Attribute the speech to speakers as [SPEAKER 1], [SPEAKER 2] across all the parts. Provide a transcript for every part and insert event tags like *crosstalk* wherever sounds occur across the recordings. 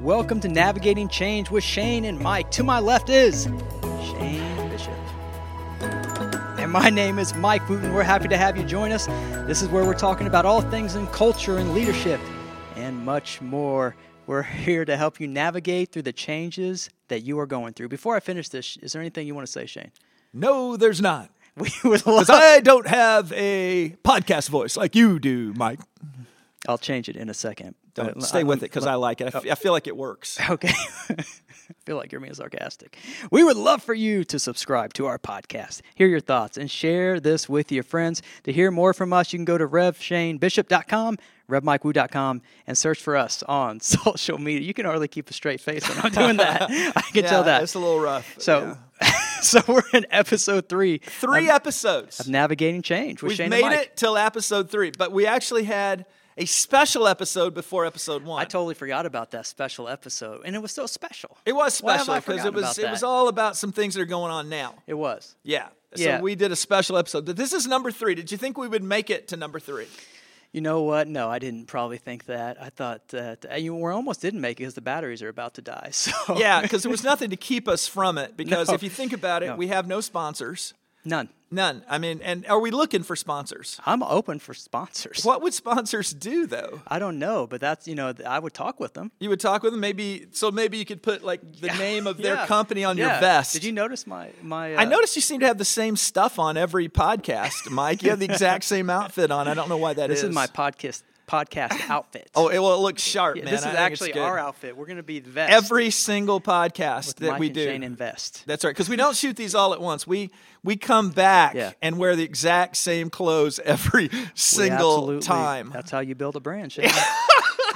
[SPEAKER 1] welcome to Navigating Change with Shane and Mike. To my left is Shane Bishop. And my name is Mike Wooten. We're happy to have you join us. This is where we're talking about all things in culture and leadership and much more. We're here to help you navigate through the changes that you are going through. Before I finish this, is there anything you want to say, Shane? *laughs*
[SPEAKER 2] No, there's not.
[SPEAKER 1] We would love *laughs*
[SPEAKER 2] Because I don't have a podcast voice like you do, Mike.
[SPEAKER 1] I'll change it in a second.
[SPEAKER 2] Don't
[SPEAKER 1] But uh,
[SPEAKER 2] stay
[SPEAKER 1] I'm-
[SPEAKER 2] with it because I like it. I f- I feel like it works.
[SPEAKER 1] Okay. *laughs* I feel like you're being sarcastic. We would love for you to subscribe to our podcast, hear your thoughts, and share this with your friends. To hear more from us, you can go to revshanebishop.com, revmikewoo.com, and search for us on *laughs* social media. You can hardly keep a straight face when I'm doing that. *laughs* I can tell that.
[SPEAKER 2] It's a little rough.
[SPEAKER 1] so, *laughs* so we're in episode three,
[SPEAKER 2] three episodes.
[SPEAKER 1] Navigating Change with
[SPEAKER 2] We've
[SPEAKER 1] Shane
[SPEAKER 2] made
[SPEAKER 1] and Mike.
[SPEAKER 2] it till episode three, but we actually had a special episode before episode one.
[SPEAKER 1] I totally forgot about that special episode, and it was so special.
[SPEAKER 2] it was
[SPEAKER 1] Why have
[SPEAKER 2] special
[SPEAKER 1] I
[SPEAKER 2] because
[SPEAKER 1] forgotten
[SPEAKER 2] it was
[SPEAKER 1] about
[SPEAKER 2] it was
[SPEAKER 1] that?
[SPEAKER 2] all about some things that are going on now.
[SPEAKER 1] It was.
[SPEAKER 2] Yeah.
[SPEAKER 1] Yeah.
[SPEAKER 2] So we did a special episode. But This is number three. Did you think we would make it to number three?
[SPEAKER 1] You know what? No, I didn't probably think that. I thought that uh, you we almost didn't make it because the batteries are about to die. *laughs* So
[SPEAKER 2] Yeah, because there was nothing to keep us from it. Because
[SPEAKER 1] *laughs* No.
[SPEAKER 2] if you think about it,
[SPEAKER 1] No.
[SPEAKER 2] we have no sponsors.
[SPEAKER 1] none.
[SPEAKER 2] None. I mean, and are we looking for sponsors?
[SPEAKER 1] I'm open for sponsors.
[SPEAKER 2] What would sponsors do though?
[SPEAKER 1] I don't know, but that's you know th- I would talk with them.
[SPEAKER 2] You would talk with them, maybe. So maybe you could put like the name of their
[SPEAKER 1] Yeah.
[SPEAKER 2] company on
[SPEAKER 1] Yeah.
[SPEAKER 2] your vest.
[SPEAKER 1] Did you notice my my? Uh,
[SPEAKER 2] I noticed you seem to have the same stuff on every podcast, Mike. You have the exact same outfit on. I don't know why that
[SPEAKER 1] This is my podcast podcast
[SPEAKER 2] *laughs*
[SPEAKER 1] outfit.
[SPEAKER 2] Oh, it, well, it looks sharp,
[SPEAKER 1] Yeah,
[SPEAKER 2] man.
[SPEAKER 1] this is
[SPEAKER 2] I think it's
[SPEAKER 1] actually
[SPEAKER 2] good.
[SPEAKER 1] our outfit. We're gonna be the vest
[SPEAKER 2] Every single podcast
[SPEAKER 1] with
[SPEAKER 2] that
[SPEAKER 1] Mike
[SPEAKER 2] we
[SPEAKER 1] and
[SPEAKER 2] do.
[SPEAKER 1] Shane invest.
[SPEAKER 2] That's right, because we don't shoot these all at once. We we come back
[SPEAKER 1] Yeah.
[SPEAKER 2] and wear the exact same clothes every
[SPEAKER 1] We
[SPEAKER 2] single
[SPEAKER 1] absolutely-
[SPEAKER 2] time.
[SPEAKER 1] That's how you build a
[SPEAKER 2] *laughs*
[SPEAKER 1] brand. Shane.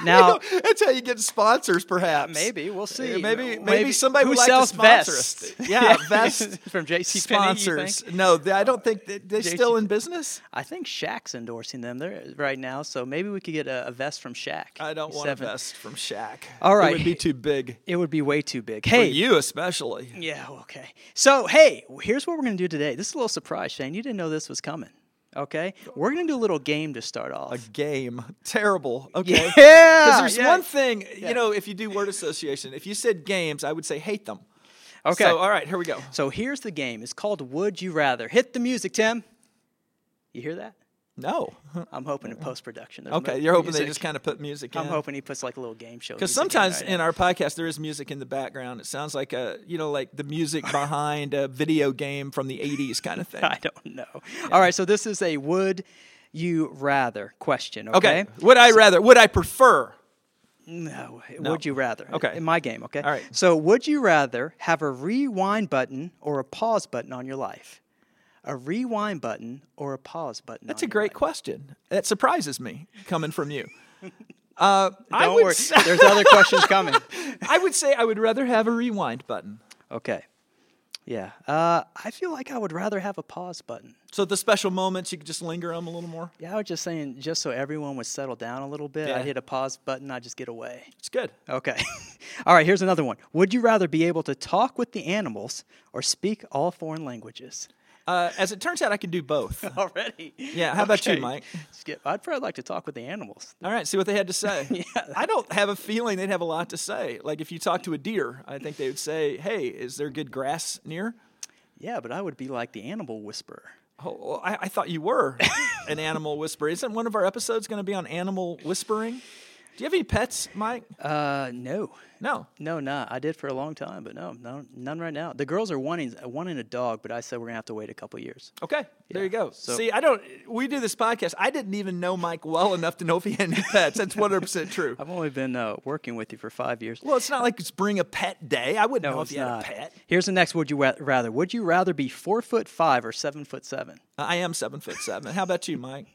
[SPEAKER 1] now
[SPEAKER 2] That's how you get sponsors, perhaps.
[SPEAKER 1] Maybe we'll see.
[SPEAKER 2] Uh, Maybe maybe,
[SPEAKER 1] Maybe.
[SPEAKER 2] somebody
[SPEAKER 1] Who
[SPEAKER 2] would like to
[SPEAKER 1] sells
[SPEAKER 2] sponsor
[SPEAKER 1] vests?
[SPEAKER 2] *laughs* us. Yeah, vest
[SPEAKER 1] From JCPenney, you
[SPEAKER 2] sponsors. No, they, I don't think they, they're still in business.
[SPEAKER 1] I think Shaq's endorsing them there right now, so maybe we could get a, a vest from Shaq.
[SPEAKER 2] I don't want
[SPEAKER 1] Seven.
[SPEAKER 2] a vest from Shaq.
[SPEAKER 1] All
[SPEAKER 2] it
[SPEAKER 1] right.
[SPEAKER 2] would be too big
[SPEAKER 1] It would be way too big.
[SPEAKER 2] for
[SPEAKER 1] Hey,
[SPEAKER 2] you, especially.
[SPEAKER 1] yeah, okay. So hey, here's what we're gonna do today. This is a little surprise, Shane. You didn't know this was coming. Okay, we're gonna do a little game to start off.
[SPEAKER 2] A game, terrible. Okay,
[SPEAKER 1] *laughs* Yeah,
[SPEAKER 2] Because there's
[SPEAKER 1] yeah.
[SPEAKER 2] one thing, you know, if you do word association, if you said games, I would say hate them.
[SPEAKER 1] okay.
[SPEAKER 2] So, uh,
[SPEAKER 1] So,
[SPEAKER 2] all right, here we go.
[SPEAKER 1] here's the game. It's called Would You Rather. Hit the music, Tim. You hear that?
[SPEAKER 2] No.
[SPEAKER 1] I'm hoping in post production.
[SPEAKER 2] Uh, Okay, you're hoping they just kind of put music in.
[SPEAKER 1] I'm hoping he puts like a little game show.
[SPEAKER 2] Because
[SPEAKER 1] music in
[SPEAKER 2] sometimes
[SPEAKER 1] right
[SPEAKER 2] in our podcast there is music in the background. It sounds like a you know like
[SPEAKER 1] *laughs*
[SPEAKER 2] the music behind a video game from the '80s kind of
[SPEAKER 1] *laughs*
[SPEAKER 2] thing.
[SPEAKER 1] I don't know. All right, so this is a would you rather question. Okay.
[SPEAKER 2] Okay. Would I rather? Would I prefer?
[SPEAKER 1] No, Would you rather?
[SPEAKER 2] Okay.
[SPEAKER 1] In my game, okay?
[SPEAKER 2] All right.
[SPEAKER 1] So, would you rather have a rewind button or a pause button on your life? A rewind button or a pause button?
[SPEAKER 2] That's a great question. That surprises me coming from *laughs* you. Uh, I
[SPEAKER 1] Don't
[SPEAKER 2] would.
[SPEAKER 1] worry.
[SPEAKER 2] s-
[SPEAKER 1] There's other questions
[SPEAKER 2] *laughs*
[SPEAKER 1] coming.
[SPEAKER 2] I would say I would rather have a rewind button.
[SPEAKER 1] Okay. Yeah. Uh, I feel like I would rather have a pause button.
[SPEAKER 2] So the special moments you could just linger on 'em a little more.
[SPEAKER 1] Yeah, I was just saying, just so everyone would settle down a little bit,
[SPEAKER 2] Yeah.
[SPEAKER 1] I'd hit a pause button, I'd just get away.
[SPEAKER 2] It's good.
[SPEAKER 1] Okay. *laughs* All right, here's another one. Would you rather be able to talk with the animals or speak all foreign languages?
[SPEAKER 2] Uh, as it turns out, I can do *laughs* both.
[SPEAKER 1] Already.
[SPEAKER 2] Yeah, how about you, Mike?
[SPEAKER 1] Skip. I'd probably like to talk with the animals.
[SPEAKER 2] All right, see what they had to *laughs* say. I don't have a feeling they'd have a lot to say. Like if you talk to a deer, I think they would say, "Hey, is there good grass near?"
[SPEAKER 1] Yeah, but I would be like the animal whisperer.
[SPEAKER 2] Oh, well, I, I thought you were *laughs* an animal whisperer. Isn't one of our episodes going to be on animal whispering? Do you have any pets, Mike?
[SPEAKER 1] Uh, no.
[SPEAKER 2] No.
[SPEAKER 1] No, not. I did for a long time, but no, no, none right now. The girls are wanting wanting a dog, but I said we're gonna have to wait a couple years.
[SPEAKER 2] Okay, there you go.
[SPEAKER 1] so-
[SPEAKER 2] See, I don't. We do this podcast. I didn't even know Mike well enough to know if he had any pets. That's one hundred percent
[SPEAKER 1] *laughs*
[SPEAKER 2] true.
[SPEAKER 1] I've only been uh, working with you for five years.
[SPEAKER 2] Well, it's not like it's bring a pet day. I wouldn't know
[SPEAKER 1] No,
[SPEAKER 2] if
[SPEAKER 1] it's
[SPEAKER 2] you had
[SPEAKER 1] not.
[SPEAKER 2] a pet.
[SPEAKER 1] Here's the next. Would you ra- rather? Would you rather be four foot five or seven foot seven?
[SPEAKER 2] I am seven foot seven. How about
[SPEAKER 1] *laughs*
[SPEAKER 2] you, Mike?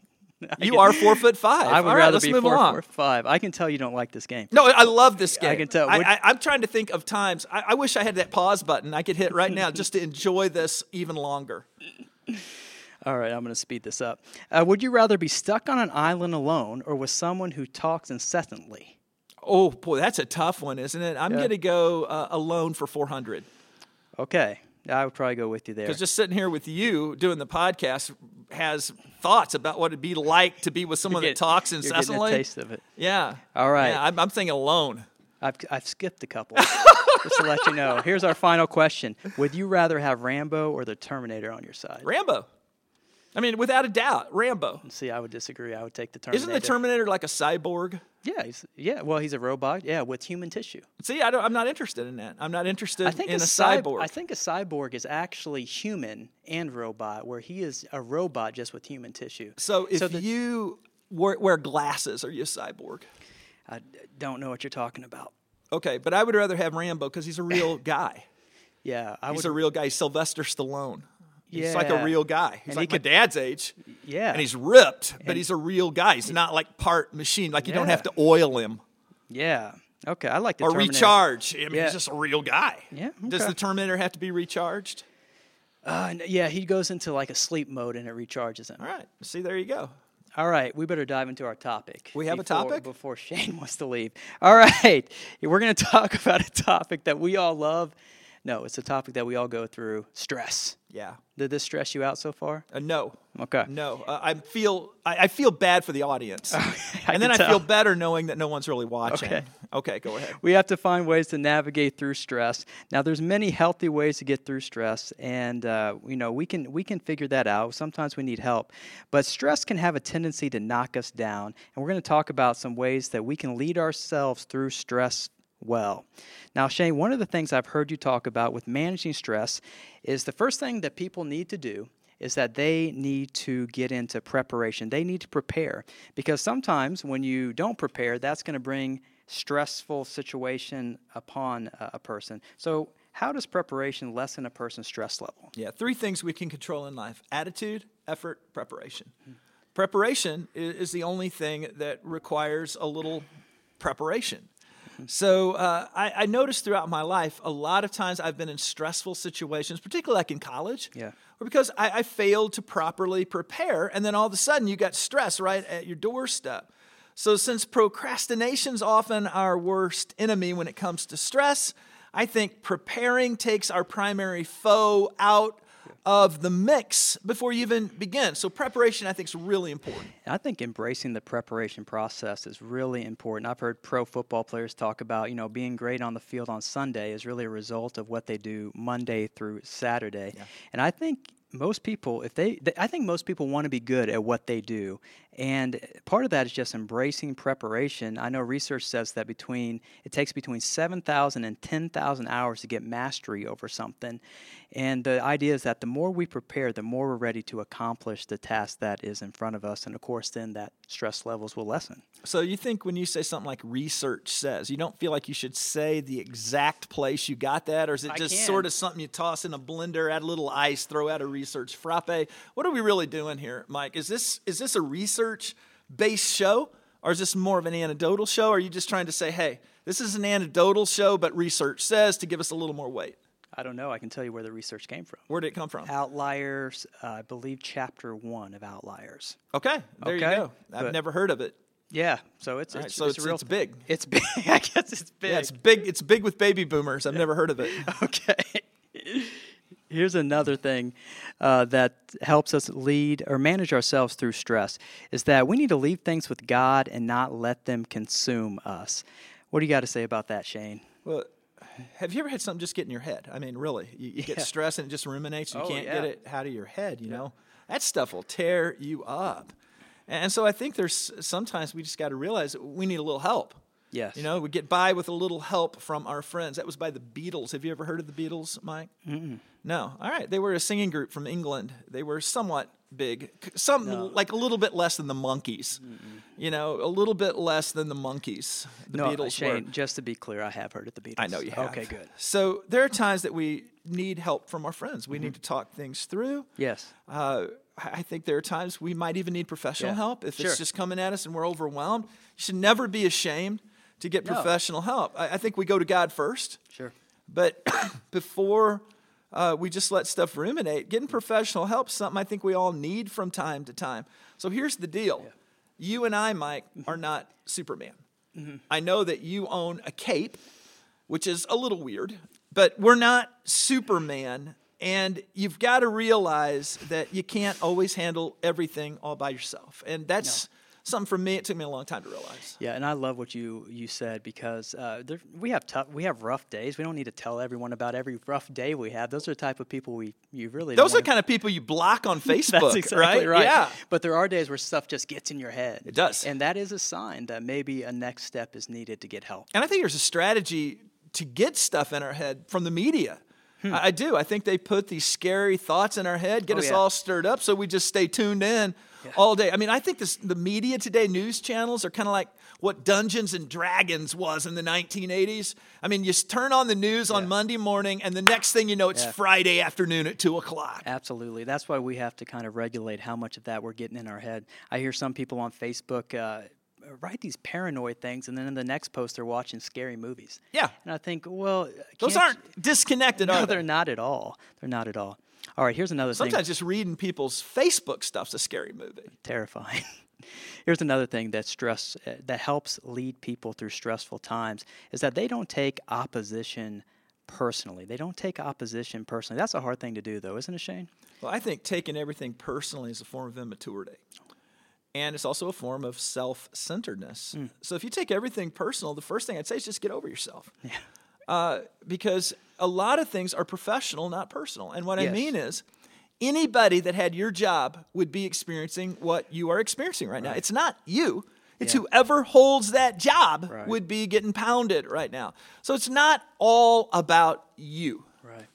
[SPEAKER 2] You are four foot five.
[SPEAKER 1] I would
[SPEAKER 2] All right,
[SPEAKER 1] rather
[SPEAKER 2] let's
[SPEAKER 1] be
[SPEAKER 2] move
[SPEAKER 1] four,
[SPEAKER 2] along.
[SPEAKER 1] four, five. I can tell you don't like this game.
[SPEAKER 2] No, I love this game.
[SPEAKER 1] can tell.
[SPEAKER 2] I,
[SPEAKER 1] Would-
[SPEAKER 2] I, I'm trying to think of times. I, I wish I had that pause button I could hit right now
[SPEAKER 1] *laughs*
[SPEAKER 2] just to enjoy this even longer.
[SPEAKER 1] All right, I'm going to speed this up. Uh, would you rather be stuck on an island alone or with someone who talks incessantly?
[SPEAKER 2] Oh boy, that's a tough one, isn't it? I'm gonna go uh, alone for 400.
[SPEAKER 1] Okay, I would probably go with you there.
[SPEAKER 2] Because just sitting here with you doing the podcast has thoughts about what it'd be like to be with someone
[SPEAKER 1] You're
[SPEAKER 2] that talks
[SPEAKER 1] getting-
[SPEAKER 2] incessantly.
[SPEAKER 1] You're getting a taste of it.
[SPEAKER 2] Yeah.
[SPEAKER 1] All right.
[SPEAKER 2] Yeah, I'm, I'm thinking alone.
[SPEAKER 1] I've, I've skipped a couple. just to let you know. Here's our final question Would you rather have Rambo or the Terminator on your side?
[SPEAKER 2] Rambo. I mean, without a doubt, Rambo.
[SPEAKER 1] See, I would disagree. I would take the Terminator.
[SPEAKER 2] Isn't the Terminator like a cyborg?
[SPEAKER 1] Yeah, he's, yeah. Well, he's a robot. Yeah, with human tissue.
[SPEAKER 2] See, I don't, I'm not interested in that. I'm not interested
[SPEAKER 1] I think
[SPEAKER 2] in a,
[SPEAKER 1] cy-
[SPEAKER 2] cyborg.
[SPEAKER 1] I think a cyborg is actually human and robot, where he is a robot just with human tissue.
[SPEAKER 2] so if
[SPEAKER 1] the-
[SPEAKER 2] you wear, wear glasses, are you a cyborg?
[SPEAKER 1] I don't know what you're talking about.
[SPEAKER 2] Okay, but I would rather have Rambo because he's
[SPEAKER 1] *laughs*
[SPEAKER 2] a real guy.
[SPEAKER 1] Yeah, I
[SPEAKER 2] He's
[SPEAKER 1] would.
[SPEAKER 2] a real guy. He's Sylvester Stallone. He's like
[SPEAKER 1] Yeah.
[SPEAKER 2] a real guy. He's
[SPEAKER 1] And he
[SPEAKER 2] like my
[SPEAKER 1] could-
[SPEAKER 2] dad's age.
[SPEAKER 1] yeah,
[SPEAKER 2] And he's ripped, but he's a real guy. He's not like part machine. Like you don't
[SPEAKER 1] Yeah.
[SPEAKER 2] have to oil him
[SPEAKER 1] yeah. Okay, I like the
[SPEAKER 2] or
[SPEAKER 1] Terminator.
[SPEAKER 2] recharge. I mean,
[SPEAKER 1] Yeah.
[SPEAKER 2] he's just a real guy.
[SPEAKER 1] Yeah,
[SPEAKER 2] Does
[SPEAKER 1] okay.
[SPEAKER 2] the Terminator have to be recharged?
[SPEAKER 1] Uh, n- yeah, he goes into like a sleep mode and it recharges him.
[SPEAKER 2] All right. See, there you go.
[SPEAKER 1] All right, we better dive into our topic.
[SPEAKER 2] We have a
[SPEAKER 1] before-
[SPEAKER 2] topic?
[SPEAKER 1] before Shane *laughs* wants to leave. All right, we're going to talk *laughs* about a topic that we all love. No, it's a topic that we all go through: stress.
[SPEAKER 2] Yeah.
[SPEAKER 1] Did this stress you out so far?
[SPEAKER 2] Uh, no.
[SPEAKER 1] Okay.
[SPEAKER 2] No. Uh, I feel I, I feel bad for
[SPEAKER 1] *laughs*
[SPEAKER 2] the audience, and
[SPEAKER 1] can
[SPEAKER 2] then I
[SPEAKER 1] tell.
[SPEAKER 2] feel better knowing that no one's really watching.
[SPEAKER 1] Okay.
[SPEAKER 2] Okay. Go ahead.
[SPEAKER 1] we have to find ways to navigate through stress. Now, there's many healthy ways to get through stress, and uh, you know we can we can figure that out. Sometimes we need help, but stress can have a tendency to knock us down, and we're going to talk about some ways that we can lead ourselves through stress well. Now, Shane, one of the things I've heard you talk about with managing stress is the first thing that people need to do is that they need to get into preparation. They need to prepare because sometimes when you don't prepare, that's going to bring stressful situation upon a a person. So, how does preparation lessen a person's stress level?
[SPEAKER 2] Yeah, three things we can control in life attitude, effort, preparation. Preparation i- is the only thing that requires a little preparation. So uh, I, I noticed throughout my life, a lot of times I've been in stressful situations, particularly like in college,
[SPEAKER 1] Yeah.
[SPEAKER 2] or because I, I failed to properly prepare, and then all of a sudden you got stress right at your doorstep. So since procrastination's often our worst enemy when it comes to stress, I think preparing takes our primary foe out of the mix before you even begin. So preparation, I think, is really important.
[SPEAKER 1] I think embracing the preparation process is really important. I've heard pro football players talk about, you know, being great on the field on Sunday is really a result of what they do Monday through Saturday. And I think most people, if they, th- I think most people want to be good at what they do. And part of that is just embracing preparation. I know research says that between, it takes between 7,000 and 10,000 hours to get mastery over something. And the idea is that the more we prepare, the more we're ready to accomplish the task that is in front of us. And of course, then that stress levels will lessen.
[SPEAKER 2] So you think when you say something like research says, you don't feel like you should say the exact place you got that, or is it
[SPEAKER 1] I
[SPEAKER 2] just
[SPEAKER 1] can.
[SPEAKER 2] sort of something you toss in a blender, add a little ice, throw out a research frappe? What are we really doing here, Mike? Is this is this a research based show, or is this more of an anecdotal show? Or are you just trying to say, hey, this is an anecdotal show, but research says to give us a little more weight?
[SPEAKER 1] I don't know. I can tell you where the research came from.
[SPEAKER 2] Where did it come from?
[SPEAKER 1] Outliers, uh, I believe, chapter one of Outliers.
[SPEAKER 2] Okay, there
[SPEAKER 1] Okay,
[SPEAKER 2] you go. I've
[SPEAKER 1] but-
[SPEAKER 2] never heard of it.
[SPEAKER 1] Yeah, so it's,
[SPEAKER 2] right,
[SPEAKER 1] it's,
[SPEAKER 2] so
[SPEAKER 1] it's,
[SPEAKER 2] it's-
[SPEAKER 1] real.
[SPEAKER 2] it's big.
[SPEAKER 1] *laughs* It's big. I guess it's big.
[SPEAKER 2] Yeah, it's big. It's big with baby boomers. I've never heard of it.
[SPEAKER 1] *laughs* okay. Here's another thing uh, that helps us lead or manage ourselves through stress is that we need to leave things with God and not let them consume us. What do you got to say about that, Shane?
[SPEAKER 2] Well, have you ever had something just get in your head? I mean, really, you, you get
[SPEAKER 1] Yeah.
[SPEAKER 2] stressed and it just ruminates. And you
[SPEAKER 1] Oh,
[SPEAKER 2] can't
[SPEAKER 1] yeah.
[SPEAKER 2] get it out of your head. You know, that stuff will tear you up. And so I think there's sometimes we just got to realize that we need a little help.
[SPEAKER 1] Yes.
[SPEAKER 2] You know, we get by with a little help from our friends. That was by the Beatles. Have you ever heard of the Beatles, Mike? mm No. All right. They were a singing group from England. They were somewhat big, c- some like a little bit less than the Monkeys. You know, a little bit less than the Monkeys. The
[SPEAKER 1] no,
[SPEAKER 2] Beatles were.
[SPEAKER 1] Shane, just to be clear, I have heard of the Beatles.
[SPEAKER 2] I know you have.
[SPEAKER 1] Okay, good.
[SPEAKER 2] So there are times that we need help from our friends. We need
[SPEAKER 1] Mm-hmm.
[SPEAKER 2] to talk things through.
[SPEAKER 1] Yes.
[SPEAKER 2] Uh, I I think there are times we might even need professional
[SPEAKER 1] Yeah.
[SPEAKER 2] help if
[SPEAKER 1] Sure.
[SPEAKER 2] it's just coming at us and we're overwhelmed. You should never be ashamed to get
[SPEAKER 1] No.
[SPEAKER 2] professional help. I, I think we go to God first.
[SPEAKER 1] Sure.
[SPEAKER 2] But *coughs* before uh, we just let stuff ruminate, getting professional help is something I think we all need from time to time. So here's the deal you and I, Mike,
[SPEAKER 1] Mm-hmm.
[SPEAKER 2] are not Superman. I know that you own a cape, which is a little weird, but we're not Superman. And you've got to realize that you can't always handle everything all by yourself. And that's something for me. It took me a long time to realize.
[SPEAKER 1] Yeah, and I love what you you said because uh, there, we have tough, we have rough days. We don't need to tell everyone about every rough day we have. Those are the type of people we you really.
[SPEAKER 2] Those are
[SPEAKER 1] want
[SPEAKER 2] kind of people you block on Facebook,
[SPEAKER 1] *laughs* That's exactly right?
[SPEAKER 2] Yeah.
[SPEAKER 1] But there are days where stuff just gets in your head.
[SPEAKER 2] It does.
[SPEAKER 1] and that is a sign that maybe a next step is needed to get help.
[SPEAKER 2] And I think there's a strategy to get stuff in our head from the media. I, I do. I think they put these scary thoughts in our head, get
[SPEAKER 1] Hmm. Oh,
[SPEAKER 2] us
[SPEAKER 1] yeah.
[SPEAKER 2] all stirred up, so we just stay tuned in all day. I mean, I think this, the media today, news channels, are kind of like what Dungeons and Dragons was in the 1980s. I mean, you s- turn on the news on Monday morning, and the next thing you know, it's
[SPEAKER 1] Yeah. Uh,
[SPEAKER 2] Friday afternoon at 2 o'clock.
[SPEAKER 1] Absolutely. That's why we have to kind of regulate how much of that we're getting in our head. I hear some people on Facebook uh, write these paranoid things, and then in the next post they're watching scary movies.
[SPEAKER 2] Yeah.
[SPEAKER 1] And I think, well,
[SPEAKER 2] Those
[SPEAKER 1] can't-
[SPEAKER 2] aren't disconnected,
[SPEAKER 1] No,
[SPEAKER 2] are
[SPEAKER 1] they're
[SPEAKER 2] they?
[SPEAKER 1] not at all. They're not at all. All right, here's another thing.
[SPEAKER 2] Sometimes just reading people's Facebook stuff's a scary movie.
[SPEAKER 1] terrifying. *laughs* Here's another thing that stress uh, that helps lead people through stressful times is that they don't take opposition personally. They don't take opposition personally. That's a hard thing to do, though, isn't it, Shane?
[SPEAKER 2] Well, I think taking everything personally is a form of immaturity. And it's also a form of self centeredness.
[SPEAKER 1] Hmm.
[SPEAKER 2] So if you take everything personal, the first thing I'd say is just get over yourself. Uh, because a lot of things are professional, not personal. And what I
[SPEAKER 1] Yes.
[SPEAKER 2] mean is, anybody that had your job would be experiencing what you are experiencing right, now. It's not you, it's whoever holds that job
[SPEAKER 1] Right.
[SPEAKER 2] would be getting pounded right now. So it's not all about you.
[SPEAKER 1] Right.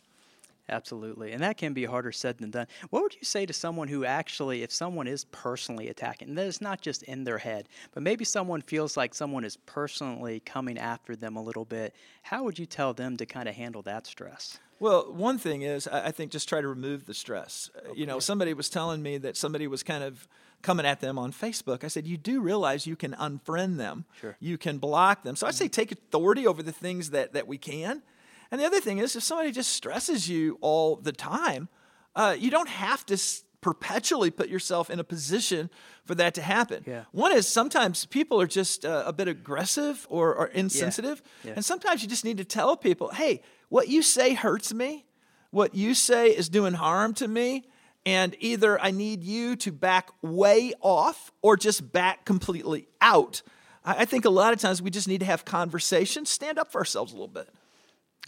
[SPEAKER 1] Absolutely. And that can be harder said than done. What would you say to someone who actually, if someone is personally attacking, and that it's not just in their head, but maybe someone feels like someone is personally coming after them a little bit, how would you tell them to kind of handle that stress?
[SPEAKER 2] Well, one thing is, I I think just try to remove the stress. Uh, You know, somebody was telling me that somebody was kind of coming at them on Facebook. I said, You do realize you can unfriend them,
[SPEAKER 1] Sure. Mm-hmm.
[SPEAKER 2] you can block them. So I say take authority over the things that, that we can. And the other thing is, if somebody just stresses you all the time, uh, you don't have to s- perpetually put yourself in a position for that to happen.
[SPEAKER 1] Yeah.
[SPEAKER 2] One is sometimes people are just uh, a bit aggressive or, or insensitive.
[SPEAKER 1] Yeah.
[SPEAKER 2] And sometimes you just need to tell people, hey, what you say hurts me. What you say is doing harm to me. And either I need you to back way off or just back completely out. I I think a lot of times we just need to have conversations, stand up for ourselves a little bit.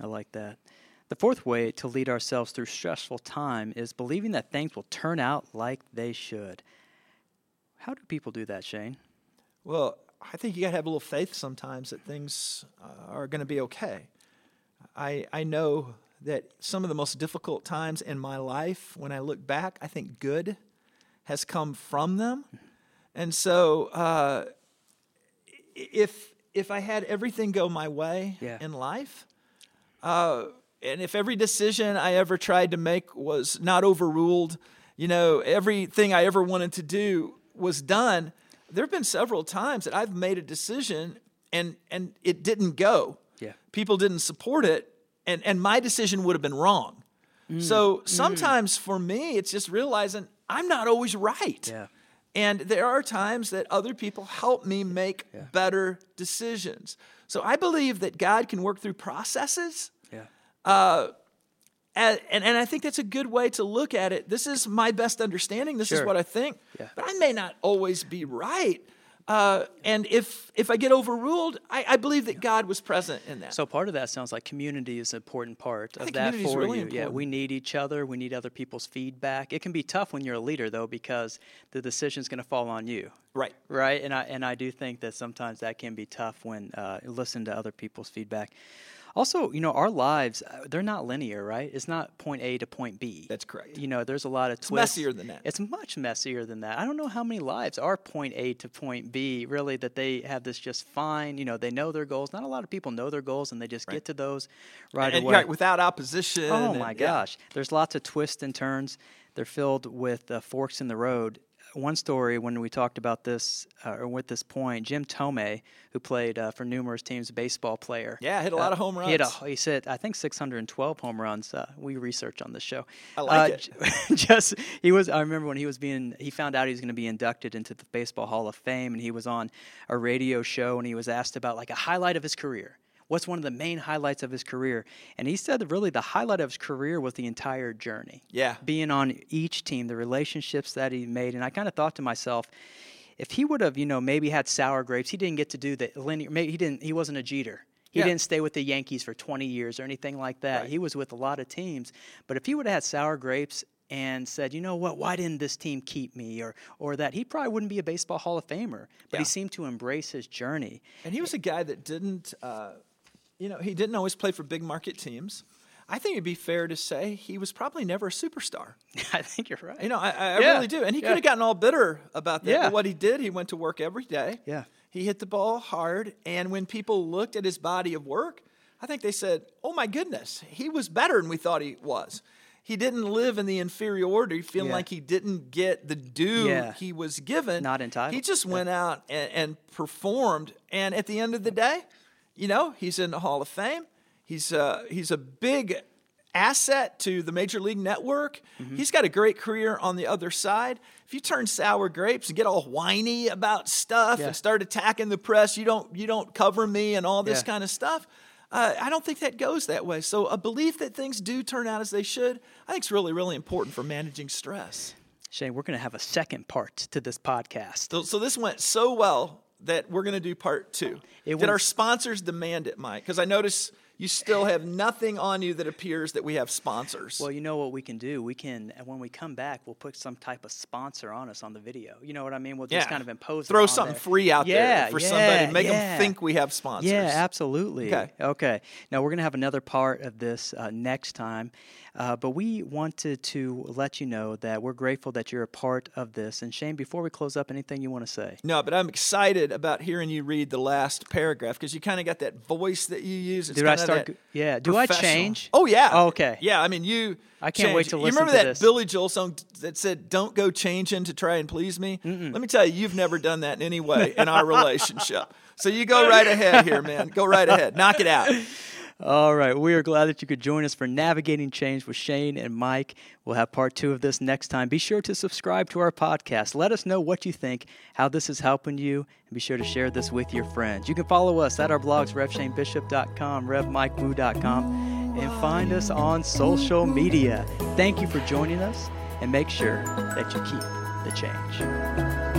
[SPEAKER 1] I like that. The fourth way to lead ourselves through stressful time is believing that things will turn out like they should. How do people do that, Shane?
[SPEAKER 2] Well, I think you got to have a little faith sometimes that things uh, are going to be okay. I I know that some of the most difficult times in my life, when I look back, I think good has come from them, and so uh, i- if if I had everything go my way
[SPEAKER 1] Yeah.
[SPEAKER 2] in life, Uh, and if every decision I ever tried to make was not overruled, you know, everything I ever wanted to do was done, there have been several times that I've made a decision and and it didn't go.
[SPEAKER 1] Yeah.
[SPEAKER 2] People didn't support it and and my decision would have been wrong.
[SPEAKER 1] Mm.
[SPEAKER 2] So sometimes for me it's just realizing I'm not always right.
[SPEAKER 1] Yeah.
[SPEAKER 2] And there are times that other people help me make better decisions. So I believe that God can work through processes
[SPEAKER 1] Yeah.
[SPEAKER 2] and, and and I think that's a good way to look at it. This is my best understanding. This is
[SPEAKER 1] Sure.
[SPEAKER 2] what I think,
[SPEAKER 1] Yeah.
[SPEAKER 2] but I may not always be right. Uh, and if if I get overruled, I, I believe that God was present in that.
[SPEAKER 1] So part of that sounds like community is an important part of
[SPEAKER 2] think
[SPEAKER 1] that
[SPEAKER 2] community is
[SPEAKER 1] for
[SPEAKER 2] really
[SPEAKER 1] you. Yeah,
[SPEAKER 2] important.
[SPEAKER 1] we need each other. We need other people's feedback. It can be tough when you're a leader though, because the decision's going to fall on you.
[SPEAKER 2] right.
[SPEAKER 1] Right, and I and I do think that sometimes that can be tough when uh, listen to other people's feedback. Also, you know, our lives uh, they're not linear, right? It's not point A to point B.
[SPEAKER 2] That's correct.
[SPEAKER 1] You know, there's a lot of twists.
[SPEAKER 2] messier than that.
[SPEAKER 1] It's much messier than that. I don't know how many lives are point A to point B. Really, that they have this just fine. You know, they know their goals. Not a lot of people know their goals, and they just get to those right
[SPEAKER 2] And
[SPEAKER 1] away.
[SPEAKER 2] right, without opposition.
[SPEAKER 1] Oh
[SPEAKER 2] and-
[SPEAKER 1] my
[SPEAKER 2] yeah.
[SPEAKER 1] gosh. There's lots of twists and turns. They're filled with uh, forks in the road. One story when we talked about this, uh, or with this point, Jim Tomei, who played uh, for numerous teams, baseball player.
[SPEAKER 2] Yeah, hit a lot of home
[SPEAKER 1] He, had a,
[SPEAKER 2] runs.
[SPEAKER 1] he said, I think 612 home runs. Uh, we research on this show.
[SPEAKER 2] I like
[SPEAKER 1] Uh, j- *laughs* just he was. I remember when he was being. He found out he was going to be inducted into the Baseball Hall of Fame, and he was on a radio show, and he was asked about like a highlight of his career. What's one of the main highlights of his career? And he said that really the highlight of his career was the entire journey.
[SPEAKER 2] Yeah.
[SPEAKER 1] Being on each team, the relationships that he made. And I kind of thought to myself, if he would have, you know, maybe had sour grapes, he didn't get to do the linear. Maybe he didn't. He wasn't a Jeter. He
[SPEAKER 2] Yeah.
[SPEAKER 1] didn't stay with the Yankees for 20 years or anything like that. He was with a lot of teams. But if he would have had sour grapes and said, you know what, why didn't this team keep me or or that, he probably wouldn't be a baseball Hall of Famer. But
[SPEAKER 2] Yeah.
[SPEAKER 1] he seemed to embrace his journey.
[SPEAKER 2] And he was a guy that didn't, uh, you know, he didn't always play for big market teams. I think it'd be fair to say he was probably never a superstar.
[SPEAKER 1] *laughs* I think you're right.
[SPEAKER 2] You know, I, I I
[SPEAKER 1] Yeah,
[SPEAKER 2] really do. And he
[SPEAKER 1] yeah.
[SPEAKER 2] could have gotten all bitter about that.
[SPEAKER 1] Yeah.
[SPEAKER 2] But what he did, he went to work every day.
[SPEAKER 1] Yeah.
[SPEAKER 2] He hit the ball hard. And when people looked at his body of work, I think they said, oh my goodness, he was better than we thought he was. He didn't live in the inferiority, feeling
[SPEAKER 1] Yeah.
[SPEAKER 2] like he didn't get the due
[SPEAKER 1] Yeah.
[SPEAKER 2] he was given.
[SPEAKER 1] Not entitled.
[SPEAKER 2] He just went out and, and performed. And at the end of the day, you know, he's in the Hall of Fame. He's uh, he's a big asset to the Major League Network.
[SPEAKER 1] Mm-hmm.
[SPEAKER 2] He's got a great career on the other side. If you turn sour grapes and get all whiny about stuff
[SPEAKER 1] Yeah.
[SPEAKER 2] and start attacking the press, you don't you don't cover me and all this
[SPEAKER 1] Yeah.
[SPEAKER 2] kind of stuff. Uh, I don't think that goes that way. So a belief that things do turn out as they should, I think, is really really important for managing stress.
[SPEAKER 1] Shane, we're going to have a second part to this podcast.
[SPEAKER 2] So, so this went so well that we're going to do part two.
[SPEAKER 1] It
[SPEAKER 2] Did
[SPEAKER 1] went-
[SPEAKER 2] our sponsors demand it, Mike? Because I notice you still have nothing on you that appears that we have sponsors.
[SPEAKER 1] Well, you know what we can do? We can, and when we come back, we'll put some type of sponsor on us on the video. You know what I mean? We'll just kind of impose. it
[SPEAKER 2] Throw
[SPEAKER 1] on
[SPEAKER 2] something
[SPEAKER 1] there.
[SPEAKER 2] free out
[SPEAKER 1] yeah,
[SPEAKER 2] there for
[SPEAKER 1] yeah,
[SPEAKER 2] somebody. Make
[SPEAKER 1] yeah.
[SPEAKER 2] them think we have sponsors.
[SPEAKER 1] Yeah, absolutely.
[SPEAKER 2] Okay.
[SPEAKER 1] Okay. Now we're going to have another part of this uh, next time, uh, but we wanted to let you know that we're grateful that you're a part of this. And Shane, before we close up, anything you want to say?
[SPEAKER 2] No, but I'm excited about hearing you read the last paragraph because you kind of got that voice that you use. It's
[SPEAKER 1] Did I
[SPEAKER 2] kinda
[SPEAKER 1] start
[SPEAKER 2] that
[SPEAKER 1] g- yeah. Do I
[SPEAKER 2] professional-
[SPEAKER 1] change?
[SPEAKER 2] Oh yeah.
[SPEAKER 1] Oh, okay.
[SPEAKER 2] Yeah, I mean you.
[SPEAKER 1] I can't wait
[SPEAKER 2] changed-
[SPEAKER 1] to
[SPEAKER 2] You
[SPEAKER 1] listen
[SPEAKER 2] remember
[SPEAKER 1] to
[SPEAKER 2] that
[SPEAKER 1] this.
[SPEAKER 2] Billy Joel song t- that said, "Don't go changing to try and please me." Let me tell you, you've never done that in any way
[SPEAKER 1] *laughs*
[SPEAKER 2] in our relationship. So you go right ahead here, man. Go right ahead. Knock it out.
[SPEAKER 1] All right. We are glad that you could join us for Navigating Change with Shane and Mike. We'll have part two of this next time. Be sure to subscribe to our podcast. Let us know what you think, how this is helping you, and be sure to share this with your friends. You can follow us at our blogs, revshanebishop.com, revmikewu.com, and find us on social media. Thank you for joining us, and make sure that you keep the change.